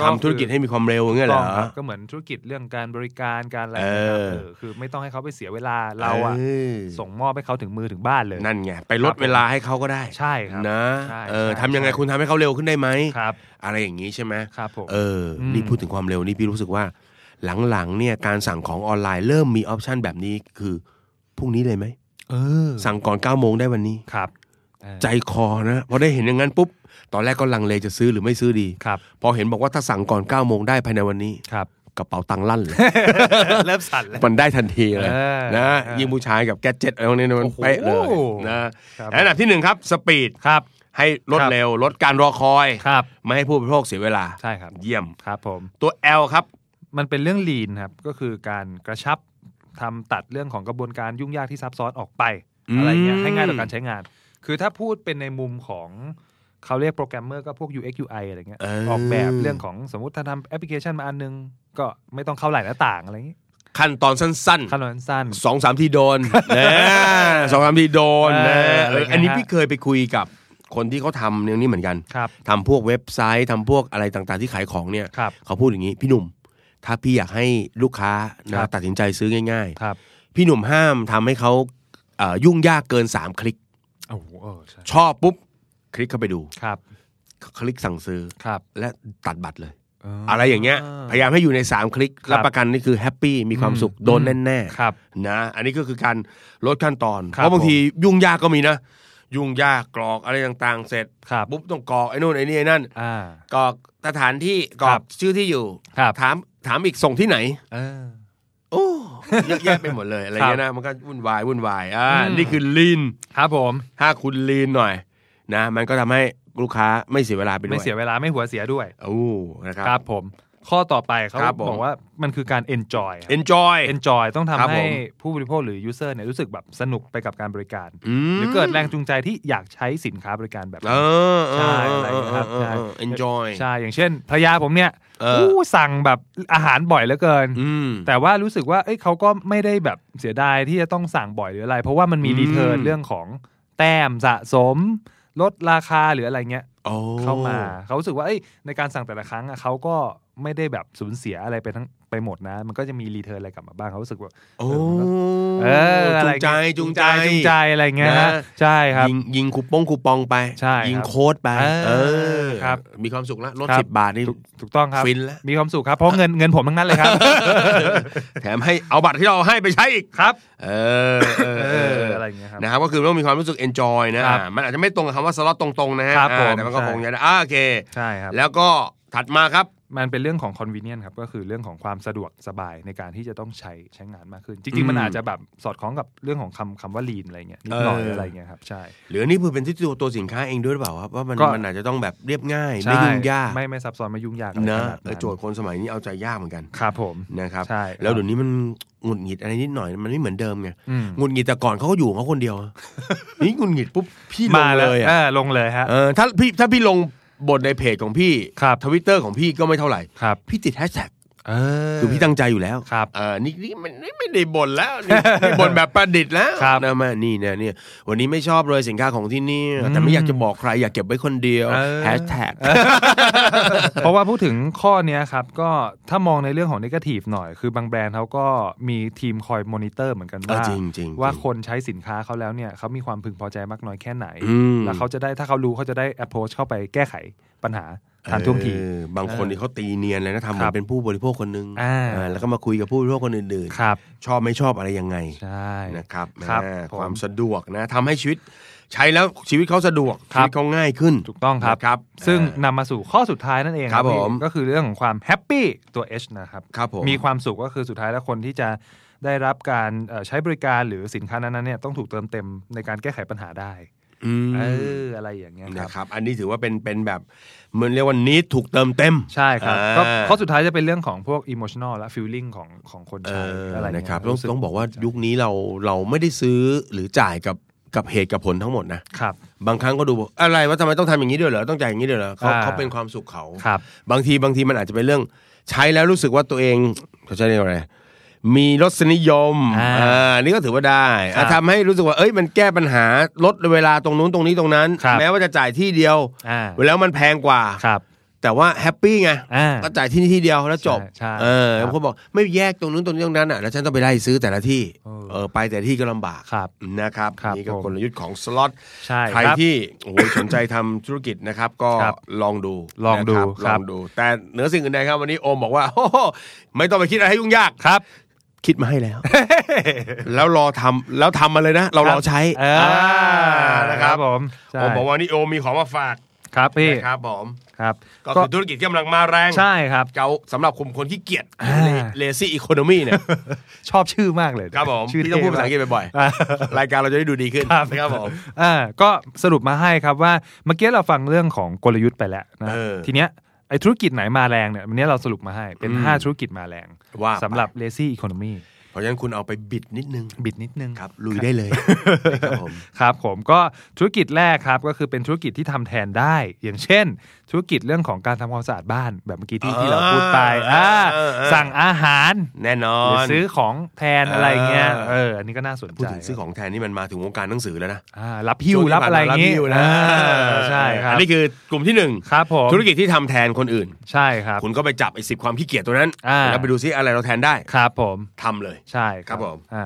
A: ทำธุรกิจให้มีความเร็วอย่างเงี้ยเหร
B: ต้อ
A: อ
B: งครับก็เหมือนธุรกิจเรื่องการบริการการอะไร
A: เอ
B: นะ
A: อ
B: ครับเออคือไม่ต้องให้เขาไปเสียเวลาเราอะ
A: เออ
B: ส่งมอบให้เขาถึงมือถึงบ้านเลย
A: นั่นไง ไปลดเวลาให้เขาก็ได้
B: ใช่ครับ
A: นะ
B: ใช่
A: เออ
B: ใช่
A: ทำยังไงคุณทำให้เขาเร็วขึ้นได้ไหม
B: ครับ
A: อะไรอย่างนี้ใช่ไหม
B: ครับผม
A: เอออ
B: ม
A: นี่พูดถึงความเร็วนี่พี่รู้สึกว่า หลังๆเนี่ยการสั่งของออนไลน์เริ่มมีออปชันแบบนี้คือพรุ่งนี้เลยไหม
B: เออ
A: สั่งก่อน9ก้าโมงได้วันนี้
B: ครับ
A: ใจคอนะพอได้เห็นอย่างนั้นปุ๊บ ตอนแรกก็ลังเลจะซื้อหรือไม่ซื้อดี
B: ครับ
A: พอเห็นบอกว่าถ้าสั่งก่อน9ก้าโมงได้ภายในวันนี้
B: ครับ
A: กระเป๋าตังค์ลั่น เลย
B: เริ่มสั่นแล้ว
A: มันได้ทันทีเลย
B: เออ
A: นะ
B: เออ
A: ยิ่งผู้ชายกับแกดเจ็ตอะไรพวกนี้เนี่ยมัน
B: โอ้โห
A: เป๊ะเลยนะครับ อันดับที่หนึ่งครับสปีด
B: ครับ
A: ให้ลด
B: ครับ
A: เร็วลดการรอคอย
B: ครับ
A: ไม่ให้ผู้บริโภคเสียเวลา
B: ใช่ครับ
A: เยี่ยม
B: ครับผม
A: ตัว L ครับ
B: มันเป็นเรื่อง lean ครับ ก็คือการกระชับทำตัดเรื่องของกระบวนการยุ่งยากที่ซับซ้อนออกไป
A: อืม
B: อะไรเงี้ยให้ง่ายต่อการใช้งาน คือถ้าพูดเป็นในมุมของเขาเรียกโปรแกรมเมอร์ก็พวก UX UI อะไรเงี้ยออกแบบเรื่องของสมมติถ้าทำแอปพลิเคชันมาอันนึง ก็ไม่ต้องเข้าหลายหน้าต่างอะไรเงี้ย
A: ขั้นตอนสั้น
B: ขั้นตอนสั้น
A: ๆสองสามทีโด นนะสองสามทีโดนนะ
B: เอออะไร
A: เออ
B: เงี้ย
A: อันนี้
B: ฮะ
A: พี่เคยไปคุยกับคนที่เขาทำเรื่องนี้เหมือนกัน
B: ครับ
A: ทำพวกเว็บไซต์ทำพวกอะไรต่างๆที่ขายของเนี่ย
B: ครับ
A: เขาพูดอย่างนี้พี่หนุ่ม ถ้าพี่อยากให้ลูกค้า
B: ครั
A: นะ
B: บ
A: ตัดสินใจซื้อง่าย ๆ
B: ครับ
A: พี่หนุ่มห้ามทำให้เขาเอ่อยุ่งยากเกิน 3 คลิก
B: โอ้โหเออใช่
A: ชอบปุ๊บ คลิกเข้าไปดู
B: ครับ
A: คลิกสั่งซื้อ
B: ครับ
A: และตัดบัตรเลย
B: เ
A: อะไรอย่างเงี้ย พยายามให้อยู่ใน 3 คลิก
B: ครับ
A: รับประกันนี่คือแฮปปี้มีความสุข
B: อืม
A: โดนแน่
B: ครับ
A: ๆนะอันนี้ก็คือการลดขั้นตอน
B: ครับ
A: เพราะบางทียุ่งยากก็มีนะ ยุ่งยากกรอกอะไรต่างๆ เสร็จ
B: ครับ
A: ปุ๊บต้องกรอกไอ้นู่นไอ้นี่ไอ้นั่น
B: อ่า
A: กรอกสถานที่กรอ
B: ครั
A: ก
B: บ
A: ชื่อที่อยู่
B: ครับ
A: ถามถามอีกส่งที่ไหน
B: เออ
A: โอ้เยอะแยะไปหมดเลยอะไรเงี้ยนะมันก็วุ่นวายวุ่นวายอ่า
B: อืม
A: นี่คือลีน
B: ครับผม
A: ถ้าคุณลีนหน่อยนะ มันก็ทำให้ลูกค้าไม่เสียเวลาไปด้วย
B: ไม่เสียเวลาไม่หัวเสียด้วย
A: โอ้นะครับ
B: ครับผมข้อต่อไปเขา
A: ครับผม
B: บอกว่ามันคือการ enjoy ครับ
A: enjoy
B: enjoy ต้อง
A: ครับ
B: ทำ
A: ผ
B: ให้
A: ม
B: ผู้บริโภคหรือ user เนี่ยรู้สึกแบบสนุกไปกับการบริการ
A: ม
B: หรือเกิดแรงจูงใจที่อยากใช้สินค้าบริการแบบ
A: เอ
B: นี้
A: อ
B: ใช่
A: เ
B: อะไรนะครับ
A: เออเออ
B: ใช่
A: เออ enjoy
B: ใช่ อย่างเช่นภรรยาผมเนี่ย
A: เออ
B: อู้สั่งแบบอาหารบ่อยเหลือเกิน
A: อืม
B: แต่ว่ารู้สึกว่าเอ้ยเขาก็ไม่ได้แบบเสียดายที่จะต้องสั่งบ่อยหรืออะไร เพราะว่ามันมี
A: อืม
B: รีเทิร์นเรื่องของแต้มสะสม ลดราคาหรืออะไรเงี้ย
A: โอ้
B: เข้ามาเขารู้สึกว่าเอ้ยในการสั่งแต่ละครั้งอะเขาก็ไม่ได้แบบสูญเสียอะไรไปทั้งไปหมดนะ มันก็จะมีรีเทิร์นอะไรกลับมาบ้างเขารู้สึกว่า
A: โอ้
B: เอออะ
A: จู
B: ไรง
A: ใจ
B: เงี้ย
A: จูงใจ
B: จูงใจอะไรเงี้ย
A: นะ
B: ฮะใช่ครับ
A: ยิงยิงคูปองคูปองไป
B: ใช่ครับ
A: ยิงโค้ดไป
B: เออครับ
A: มีความสุขแล้วลด
B: ครั
A: สิบบาทนี่
B: ถูกถูกต้องครับ
A: ฟินแล้ว
B: มีความสุขครับ เพราะเงินเงินผมทั้งนั้นเลยครับ
A: แถมให้เอาบัตรที่เราให้ไปใช้อีก
B: ครับ
A: เออเออ
B: เอ
A: เอ
B: อ
A: อ
B: อะไรเงี้ยครับ
A: นะครับก็คือต้องมีความรู้สึก enjoy นะครับ อ่ามันอาจจะไม่ตรงกับคำว่าสล็อตตรงๆนะฮะ
B: ครับ
A: อ่า
B: ผม
A: แต่มันก็
B: ใช่
A: คงจะได้อ่าโอเค
B: ใช่ครับ
A: แล้วก็ถัดมาครับ
B: มันเป็นเรื่องของ convenience ครับก็คือเรื่องของความสะดวกสบายในการที่จะต้องใช้ใช้งานมากขึ้น จริง ๆ มัน
A: อืม
B: อาจจะแบบสอดคล้องกับเรื่องของคำคำว่า lean อะไรเงี้ยนิด
A: เออ
B: หน่อยอะไรเงี้ยครับใช่
A: หรือนี่เพื่อเป็นที่ตัวตัวสินค้าเองด้วยหรือเปล่าครับว่ามัน
B: ก็
A: มันอาจจะต้องแบบเรียบง่าย ไม่ยุ่งยาก
B: ใช่ไม่ไม่ซับซ้อนไม่ยุ่งยากอะไร
A: นะ
B: ขนาด
A: เออโจทย์คนสมัยนี้เอาใจยากเหมือนกัน
B: ครับผม
A: นะครับ
B: ใช่ครับ
A: แล้วเดี๋ยวนี้มันหงุดหงิดอะไรนิดหน่อยมันไม่เหมือนเดิมไง
B: อืม
A: หงุดหงิดแต่ก่อนเขาก็อยู่ของเขาคนเดียว อะ นี่หงุดหงิดปุ๊บพี่ลง
B: มาเล
A: เลย ย
B: เอ
A: อะ
B: อลงเลยฮะ
A: เออถ้าพี่ถ้าพี่ลงบทในเพจของพี่
B: ครับ
A: ทวิตเตอร์ของพี่ก็ไม่เท่าไหร่
B: ครับ
A: พี่ติดแฮชแท็ก
B: เออ
A: คือพี่ตั้งใจอยู่แล้ว
B: ครับ
A: เออนี่นี่มันนี่ไม่ได้บ่นแล้วนี่นี่บ่นแบบประดิษฐ์แล้ว
B: ครับ
A: นะแม่นี่เนี่ยเนี่ยวันนี้ไม่ชอบเลยสินค้าของที่นี่ แต่ไม่อยากจะบอกใครอยากเก็บไว้คนเดียว
B: เออ
A: แฮชแท็ก
B: เพราะว่าพูดถึงข้อเนี้ยครับ ก็ถ้ามองในเรื่องของนิเกทีฟหน่อย คือบางแบรนด์เขาก็มีทีมคอยมอนิเตอร์เหมือนกันว่า
A: เออจริงจริง
B: ว่า
A: จริง
B: คนใช้สินค้าเขาแล้วเนี่ยเขามีความพึงพอใจมากน้อยแค่ไหน
A: อืม
B: แล้วเขาจะได้ถ้าเขารู้เขาจะได้ approach เข้าไปแก้ไขปัญหา ทันท่วงที
A: เออบางคนนี่เขาตีเนียนเลยนะทำเห
B: ค
A: มือ
B: รับ
A: นเป็นผู้บริโภคคนหนึง
B: อ่า
A: เออแล้วก็มาคุยกับผู้บริโภคคนอื่น
B: ครับ
A: ๆ ชอบไม่ชอบอะไรยังไง
B: ใช่
A: นะครับ
B: ครับ
A: อ่า
B: ผม
A: ความสะดวกนะทำให้ชีวิตใช้แล้วชีวิตเขาสะดวก
B: ครับ
A: ชีวิตเขาง่ายขึ้น
B: ถูกต้องครับ
A: นะครับ
B: ซึ่ง
A: อ่า
B: นำมาสู่ข้อสุดท้ายนั่นเอง
A: ครับ
B: พี่
A: ผม
B: ก็คือเรื่องของความแฮปปี้ตัว H นะครับ
A: ครับผม
B: มีความสุขก็คือสุดท้ายแล้วคนที่จะได้รับการเอ่อใช้บริการหรือสินค้านั้นๆเนี่ยต้องถูกเติมเต็มในการแก้ไขปัญหาได้
A: อืม
B: เอออะไรอย่างเงี้ยครับ
A: นะครับ อันนี้ถือว่าเป็นเป็นแบบเหมือนเรียกว่านี้ถูกเติมเต็ม
B: ใช่ครับ
A: อ่า
B: ก็ข้อสุดท้ายจะเป็นเรื่องของพวก emotional และ feeling ของของคน
A: เอ
B: ใช้
A: อ
B: อะไร
A: นะ
B: เงี้ย
A: ครับต้อง
B: สึ
A: ต้องบอกว่ายุคนี้เราเราไม่ได้ซื้อหรือจ่ายกับกับเหตุกับผลทั้งหมดนะ
B: ครับ
A: บางครั้งก็ดูบอกอะไรว่าทำไมต้องทำอย่างนี้ด้วยเหรอต้องจ่ายอย่างนี้ด้วยเหรอเขา
B: อ่า
A: เขาเป็นความสุขเขา
B: ครับ
A: บางทีบางทีมันอาจจะเป็นเรื่อง ใช้แล้วรู้สึกว่าตัวเองเขาใช้เรียกว่าอะไรมีรสนิยม
B: อ่า
A: อันนี่ก็ถือว่าได้
B: ครับ
A: อ่ะทำให้รู้สึกว่าเอ้ยมันแก้ปัญหาลดเวลาตรงนู้นตรงนี้ตรงนั้น
B: ครับ
A: แม้ว่าจะจ่ายที่เดียว
B: อ่า
A: แล้วมันแพงกว่า
B: ครับ
A: แต่ว่าแฮปปี้ไง
B: อ่า
A: ก็จ่ายที่นี่ที่เดียวแล้วจบ
B: ใช่ใช่
A: เออ
B: ครับ
A: บางคนบอกไม่แยกตรงนู้นตรงนี้ตรงนั้นอ่ะ แล้วฉันต้องไปไล่ซื้อแต่ละที่
B: เออ
A: เออไปแต่ละที่ก็ลำบาก
B: ครับ
A: นะครับ
B: ครับ
A: นี่ก็
B: ผม
A: กลยุทธ์ของสล็อต
B: ใช่
A: ใคร
B: ครับ
A: ที่โอ้โหสนใจทำธุรกิจนะครับ ก็
B: ครับ
A: ลองดู
B: ลองดู
A: นะ
B: ค
A: ล
B: รับ
A: องดู แต่เหนือสิ่งอื่นใดครับ วันนี้โอมบอกว่าโอ้โหไม่ต้องไปคิดอะไรให้ยุ่งยาก
B: ครับ
A: คิดมาให้แล้ว แล้วรอทำแล้วทำมาเลยนะ เรารอใช้
B: เออ
A: อ่านะครับ
B: ผมใช่
A: โอมบอกว่านี่โอมมีของมาฝาก
B: ครับพี่
A: นะครับผม
B: ครับ
A: ก็คือธุรกิจที่กำลังมาแรง
B: ใช่ครับ
A: เกาสำหรับคุมคนขี้เกียจ
B: อ่า
A: เลซี่อีโคโนมี เนี่ย
B: ชอบชื่อมากเลย
A: ครับผม
B: ชื่อ
A: พี่ต้องพูดภาษาอังกฤษ
B: เท่ม
A: บ่อย
B: อ่า
A: ๆ รายการเราจะได้ดูดีขึ้น
B: ครับ
A: นะครับผม
B: อ่าก็สรุปมาให้ครับว่าเมื่อกี้เราฟังเรื่องของกลยุทธ์ไปแล้วนะ
A: เออ
B: ทีเนี้ยไอธุรกิจไหนมาแรงเนี่ยวันนี้เราสรุปมาให้เป็น
A: อืม
B: 5 ธุรกิจมาแรง
A: ว่าไป
B: สำหรับ lazy economy
A: เพราะฉะนั้นคุณเอาไปบิดนิดนึง
B: บิดนิดนึง
A: ครับลุยได้เลยนะครับผม
B: ครับผมก็ธุรกิจแรกครับก็คือเป็นธุรกิจที่ทำแทนได้ อย่างเช่น ธุรกิจเรื่องของการทำความสะอาดบ้าน แบบเมื่อกี้ที่
A: อ่า
B: ที่เราพูดไปอ่า
A: เออเออ
B: สั่งอาหาร
A: แน่นอ
B: หรือน ซื้อของแทนอะไรเงี้ย
A: เออ
B: เอออันนี้ก็น่าสนใจ
A: พูดถึงซื้อของแทนนี่มันมาถึงวงการหนังสือแล้วนะ
B: อ่ารับหิ้วรับอะไร
A: ช่วง
B: เงี้
A: ที่
B: ย
A: ผ่านมารับหิ้วนะ
B: ใช่ครับ
A: อันนี้คือกลุ่มที่หนึ่ง
B: ครับผม
A: ธุรกิจที่ทำแทนคนอื่น
B: ใช่ครับ
A: คุณก็ไปจับไอ้สิบความขี้เกียจตัวนั้น
B: อ่า
A: แล้วไปดูซิอะไรเราแทนได้
B: ครับผม
A: ทำเลย
B: ใช่
A: ครับผม
B: อ่า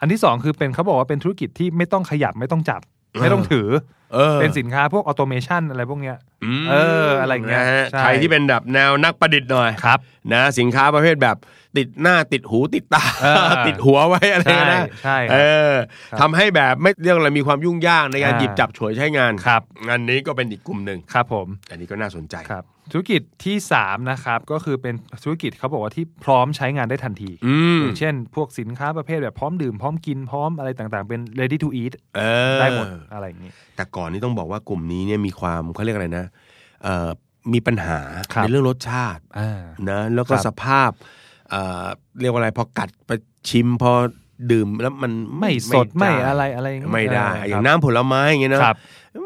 B: อันที่สองคือเป็นเขาบอกว่าเป็นธุรกิจที่ไม่ต้องขยับไม่ต้องจับ ไม่ต้องถือ
A: เออ
B: เป็นสินค้าพวกออโตเมชันอะไรพวกเนี้ย
A: ม
B: เอออะไรอย่างเงี้ย
A: นะฮะ
B: ใช่
A: ใครที่เป็นแบบแนวนักประดิษฐ์หน่อย
B: ครับ
A: นะสินค้าประเภทแบบติดหน้าติดหูติดตา
B: เออ
A: ติดหัวไว้อะไร
B: ใช่
A: นะ
B: ใช่ค
A: เอ
B: รับ
A: อ
B: ครับ
A: ทำให้แบบไม่เรื่องอะไรมีความยุ่งยากในการ
B: อ่า
A: หยิบจับฉวยใช้งาน
B: ครับ
A: งานนี้ก็เป็นอีกกลุ่มหนึ่ง
B: ครับผม
A: อันนี้ก็น่าสนใจ
B: ครับธุรกิจที่ 3 นะครับ ก็คือเป็นธุรกิจเขาบอกว่าที่พร้อมใช้งานได้ทันที
A: อืม
B: อย่างเช่น พวกสินค้าประเภทแบบพร้อมดื่ม พร้อมกินพร้อมอะไรต่างๆ เป็น ready to eat
A: เออ
B: ได้หมดอะไรอย่างนี้
A: แต่ก่อนนี่ต้องบอกว่ากลุ่มนี้เนี่ยมีความเขาเรียกอะไรนะเอ่อมีปัญหา
B: ครับ
A: ในเรื่องรสชาติ
B: อ่า
A: นะแล้วก็
B: ครับ
A: สภาพเอ่อเรียกว่าอะไรพอกัดไปชิมพอดื่มแล้วมัน
B: ไม่สดไม่
A: ด้
B: อะไรอะไรอย่างงี้
A: ไม่ได้
B: เ
A: อย่างน้ำผลไม้อย่างเงี้ยเน
B: ค
A: อะ
B: รับ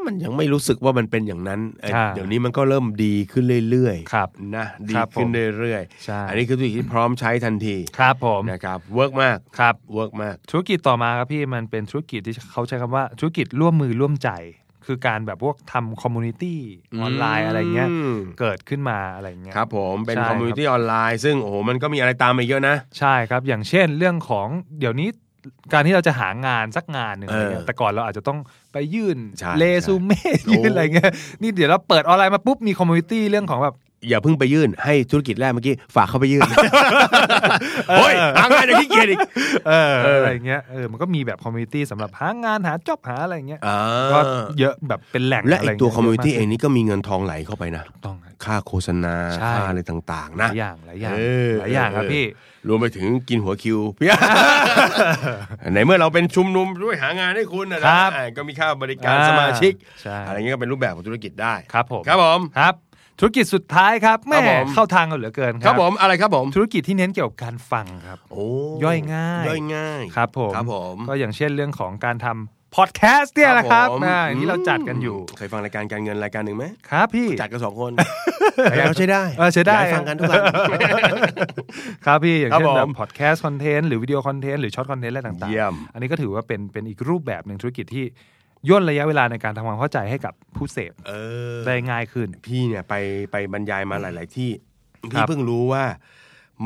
A: มันยังไม่รู้สึกว่ามันเป็นอย่างนั้นเอ่อ
B: ใช่
A: เดี๋ยวนี้มันก็เริ่มดีขึ้นเรื่อย
B: ครับ
A: ๆนะดี
B: ครับผม
A: ขึ้นเรื่อย
B: ใช่
A: ๆ อันนี้คือธุรกิจที่พร้อมใช้ทันที
B: ครับผม
A: นะครับเวิร์กมาก
B: ครับ
A: เวิร์กมาก
B: ธุรกิจต่อมาครับพี่มันเป็นธุรกิจที่เขาใช้คำว่าธุรกิจร่วมมือร่วมใจ คือการแบบพวกทำคอมมูนิตี้ออนไลน์อะไรเงี้ย
A: อืม
B: เกิดขึ้นมาอะไรเงี้ย
A: ครับผมเป็น
B: ใช่ครับ
A: คอมมูนิตี้ออนไลน์ซึ่งโอ้โหมันก็มีอะไรตามมาเยอะนะ
B: ใช่ครับ อย่างเช่นเรื่องของเดี๋ยวนี้การที่เราจะหางานสักงานหนึ่ง
A: เออ
B: อะไรเงี้ยแต่ก่อนเราอาจจะต้องไปยื่น
A: ใช่
B: เรซูเม่
A: โอ้
B: ยื่นอะไรเงี้ยนี่เดี๋ยวเราเปิดออนไลน์มาปุ๊บมีคอมมูนิตี้เรื่องของแบบ
A: อย่าเพิ่งไปยื่นให้ธุรกิจแรกเมื่อกี้ฝากเข้าไปยื่น โอ้ยหางานเดี๋ยวขี้เกียจอีก
B: เออ
A: เอออ
B: อะไรเงี้ยเออมันก็มีแบบคอมมูนิตี้สำหรับหางานหาจอบหาอะไรเงี้ย
A: อ่า
B: ก็เยอะแบบเป็นแหล่ง
A: และไอ
B: ไรเงี้ย
A: ตัวคอมมูนิตี้
B: ยะาก
A: เองนี่ก็มีเงินทองไหลเข้าไปนะ
B: ถูกต้องครับ
A: ค่าโฆษณา
B: ใช่
A: ค่าอะไรต่างๆ
B: ห
A: นะ
B: ลายอย่างหลายอย่าง
A: เออ
B: หลายอย่างครับ
A: เออ
B: พี่
A: รวมไปถึงกินหัว คิว พี่ ในเมื่อเราเป็นชุมนุมด้วยหางานให้คุณนะนะครับ อ่าก็มีค่าบริการสมาชิก
B: ใช่
A: อะไรเงี้ยก็เป็นรูปแบบของธุรกิจได้
B: ครับผม
A: ครับผม
B: ครับ ธุรกิจสุดท้ายครับแม่
A: ครับผม
B: เข้าทางกันเหลือเกิน
A: ครับผมอะไรครับผม
B: ธุรกิจที่เน้นเกี่ยวกับการฟังครับ
A: โอ้
B: ย่อยง่าย
A: ย่อยง่าย
B: ครับผม
A: ครับผม
B: ก็อย่างเช่นเรื่องของการทำพอดแคสต์เนี่ยแหละครับ
A: ผม
B: อ่าอย่างที่เราจัดกันอยู่
A: เคยฟังรายการการเงินรายการหนึ่งไหม
B: ครับพี่
A: จัดกันสองคน รายการเขาใช้ได้
B: เออใช้ได้
A: ยากฟังกันทุกวัน
B: ครับพี่อย่างเช่น
A: ครับผม
B: แบบพอดแคสต์คอนเทนต์หรือวิดีโอคอนเทนต์หรือช็อตคอนเทนต์อะไรต่าง
A: เยี่ยม
B: ๆ อันนี้ก็ถือว่าเป็นเป็นอีกรูปแบบหนึ่งธุรกิจที่ย่นระยะเวลาในการทำความเข้าใจให้กับผู้เสพ
A: เออ
B: ได้ง่ายขึ้น
A: พี่เนี่ยไปไปบรรยายมาหลาย ๆ ที่
B: ครั
A: พี่
B: บ
A: เพิ่งรู้ว่า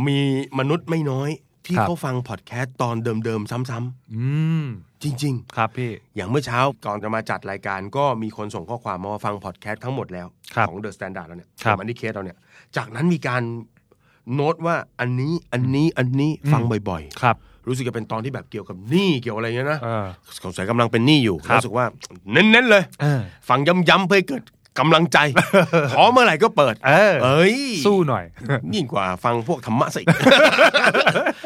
A: มีมนุษย์ไม่น้อย ที่
B: ครับ
A: เขาฟังพอดแคสต์ตอนเดิมๆซ้ำ
B: อืม
A: ๆจริง ๆ
B: ครับพี่
A: อย่างเมื่อเช้าก่อนจะมาจัดรายการก็มีคนส่งข้อความมาว่าฟังพอดแคสต์ทั้งหมดแล้ว
B: ครับ
A: ของเดอะสแตนดาร์ดแล้วเนี่ย
B: ครั
A: ข
B: บ
A: องอันนี้เคสเราเนี่ย จากนั้นมีการโน้ตว่าอันนี้อันนี้อันนี้
B: อืม
A: ฟังบ่อย
B: ครับ
A: ๆ รู้สึกจะเป็นตอนที่แบบเกี่ยวกับหนี้เกี่ยวอะไรเงี้ยนะ
B: เออ
A: สงสัยกำลังเป็นหนี้อยู่
B: ครับ
A: รู้สึกว่าเน้นๆเลย
B: เออ
A: ฟังย้ำๆเพื่อให้เกิดกำลังใจ ขอเมื่อไหร่ก็เปิด
B: เออ
A: เอ้ย
B: สู้หน่อย
A: ยิ่งกว่าฟังพวกธรรมะ สิ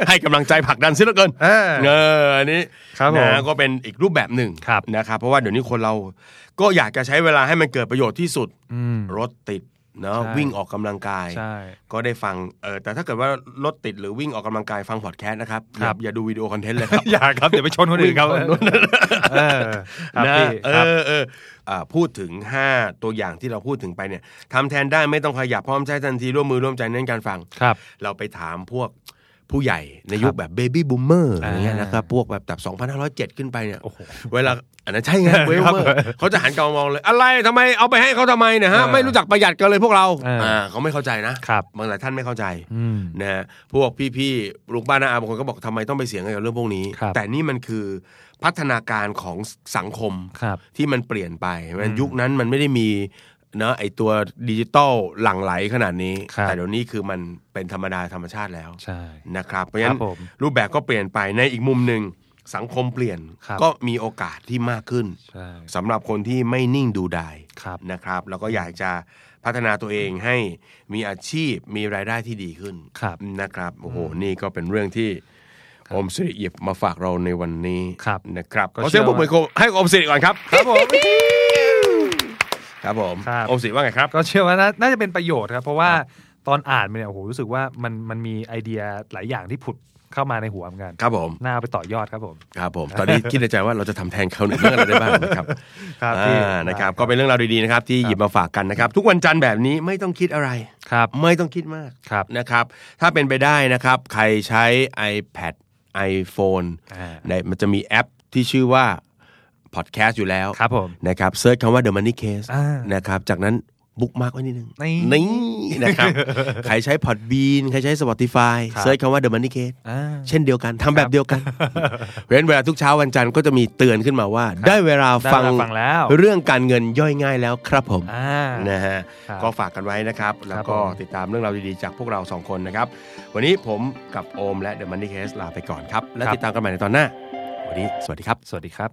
A: ให้กำลังใจผลักดันซิเหลือเกิน
B: เออ
A: เอออันนี้
B: ครับผม
A: นะก็เป็นอีกรูปแบบหนึ่ง
B: ครับ
A: นะครับ เพราะว่าเดี๋ยวนี้คนเราก็อยากจะใช้เวลาให้มันเกิดประโยชน์ที่สุด
B: อืม
A: รถติดเนาะ
B: ใช่
A: วิ่งออกกำลังกาย
B: ใช่
A: ก็ได้ฟังเออแต่ถ้าเกิดว่ารถติดหรือวิ่งออกกำลังกายฟังพอดแคสต์นะครับ
B: ครับ
A: อย่าอย่าดูวิดีโอคอนเทนต์เลยครับ
B: อย่าครับ เดี๋ยวไปชนคนอื่นเขา
A: วิ่งชนคนอื่น
B: เออครับ
A: นะ
B: พี่
A: เอ
B: ครับ
A: อเอออ่าพูดถึง 5 ตัวอย่างที่เราพูดถึงไปเนี่ยทำแทนได้ไม่ต้องขยับพร้อมใจทันทีร่วมมือร่วมใจเน้นการฟัง
B: ครับ
A: เราไปถามพวกผู้ใหญ่
B: ค
A: ใน
B: รับ
A: ยุคแบบเบบี้บูมเมอร์อ
B: อ่า
A: ย่างเงี้ยนะครับ พวกแบบแบบ 2,507 ขึ้นไปเนี่ย
B: โอ้โห
A: เวลาอันนั้นใช่ไงเวล
B: ครั
A: เม
B: บ
A: อร์เขาจะหันกลับมามองเลย อะไรทำไมเอาไปให้เขาทำไมเนะฮะ
B: เออ
A: ไม่รู้จักประหยัดกันเลยพวกเรา
B: เอออ่
A: าเขาไม่เข้าใจนะครับ บางหลายท่านไม่เข้าใจ
B: อืม
A: นะฮะพวกพี่ๆลุงป้าน้าอาบางคนก็บอกทำไมต้องไปเสียเงนกับเรื่องพวกนี้
B: ครับ
A: แต่นี่มันคือพัฒนาการของสังคม
B: ครับ
A: ที่มันเปลี่ยนไปมัน
B: อืม
A: ยุคนั้นมันไม่ได้มีเนอะไอตัวดิจิตอลหลั่งไหลขนาดนี้
B: ครับ
A: แต่เดี๋ยวนี้คือมันเป็นธรรมดาธรรมชาติแล้ว
B: ใช่
A: นะครับ เพราะ
B: ค
A: ฉะ
B: รั
A: นั้
B: บ
A: น
B: ผม
A: รูปแบบก็เปลี่ยนไปในอีกมุมหนึ่งสังคมเปลี่ยน
B: ครับ
A: ก็มีโอกาสที่มากขึ้น
B: ใช่
A: สำหรับคนที่ไม่นิ่งดูดาย
B: ครับ
A: นะครับ แล้วก็อยากจะพัฒนาตัวเองให้มีอาชีพมีรายได้ที่ดีขึ้น
B: ครับ
A: นะครับโอ้โหนี่ก็เป็นเรื่องที่อมสิริหยิบมาฝากเราในวันนี้
B: ครับ
A: นะครับ
B: ก็
A: ขอเสียง
B: เชื่
A: ปร
B: อบ ว่า
A: มือให้กับอมสิริก่อนครับ
B: ครับผม
A: ครับผม
B: ครับ
A: โอมสิว่าไงครับ
B: ก็เชื่อว่าน่าน่าจะเป็นประโยชน์ครับ เพราะว่าตอนอ่านไปเนี่ยโอ้โหรู้สึกว่ามันมันมีไอเดียหลายอย่างที่ผุดเข้ามาในหัวเหมือนกัน
A: ครับผม
B: น่าเอาไปต่อยอดครับผม
A: ครับผม ตอนนี้คิดในใจว่าเราจะทำแทนเขาหนึ่งเรื่องอะไรได้บ้างนะครับ
B: ครับ
A: อ่
B: พี่
A: านะครับ ก็เป็นเรื่องราวดีๆนะครับ ที่หยิบมาฝากกันนะครับ ทุกวันจันทร์แบบนี้ไม่ต้องคิดอะไร
B: ครับ
A: ไม่ต้องคิดมาก
B: ครับ
A: นะครับ ถ้าเป็นไปได้นะครับ ใครใช้ iPad iPhone
B: อ่า
A: ในมันจะมีแอปที่ชื่อว่า Podcast อยู่แล้ว
B: ครับผม
A: นะครับเซิร์ชคำว่า The Money Case
B: อ่า
A: นะครับจากนั้นบุ๊กมาร์กไว้นิดนึง
B: นี่
A: นะครับ ใครใช้ Podbean ใครใช้ Spotify
B: ครับ
A: เซิร์ชคำว่า The Money Case
B: อ่า
A: เช่นเดียวกันทำแบบเดียว กันเพราะฉะนั้นเวลาทุกเช้าวันจันทร์ก็จะมีเตือนขึ้นมาว่า ได้เวลาฟัง
B: ได้เวลาฟังแล้ว
A: เรื่องการเงินย่อยง่ายแล้วครับผม
B: อ่า
A: นะฮะ
B: ครับ
A: ก็ฝากกันไว้นะครับ แล้วก็
B: ครับผม
A: ติดตามเรื่องราวดีๆ จากพวกเราสองคนนะครับ วันนี้ผมกับโอมและ The Money Case ลาไปก่อนครับ และติดตามกันใหม่ในตอนหน้า วันนี้สวัสดีครับ
B: สวัสดีครับ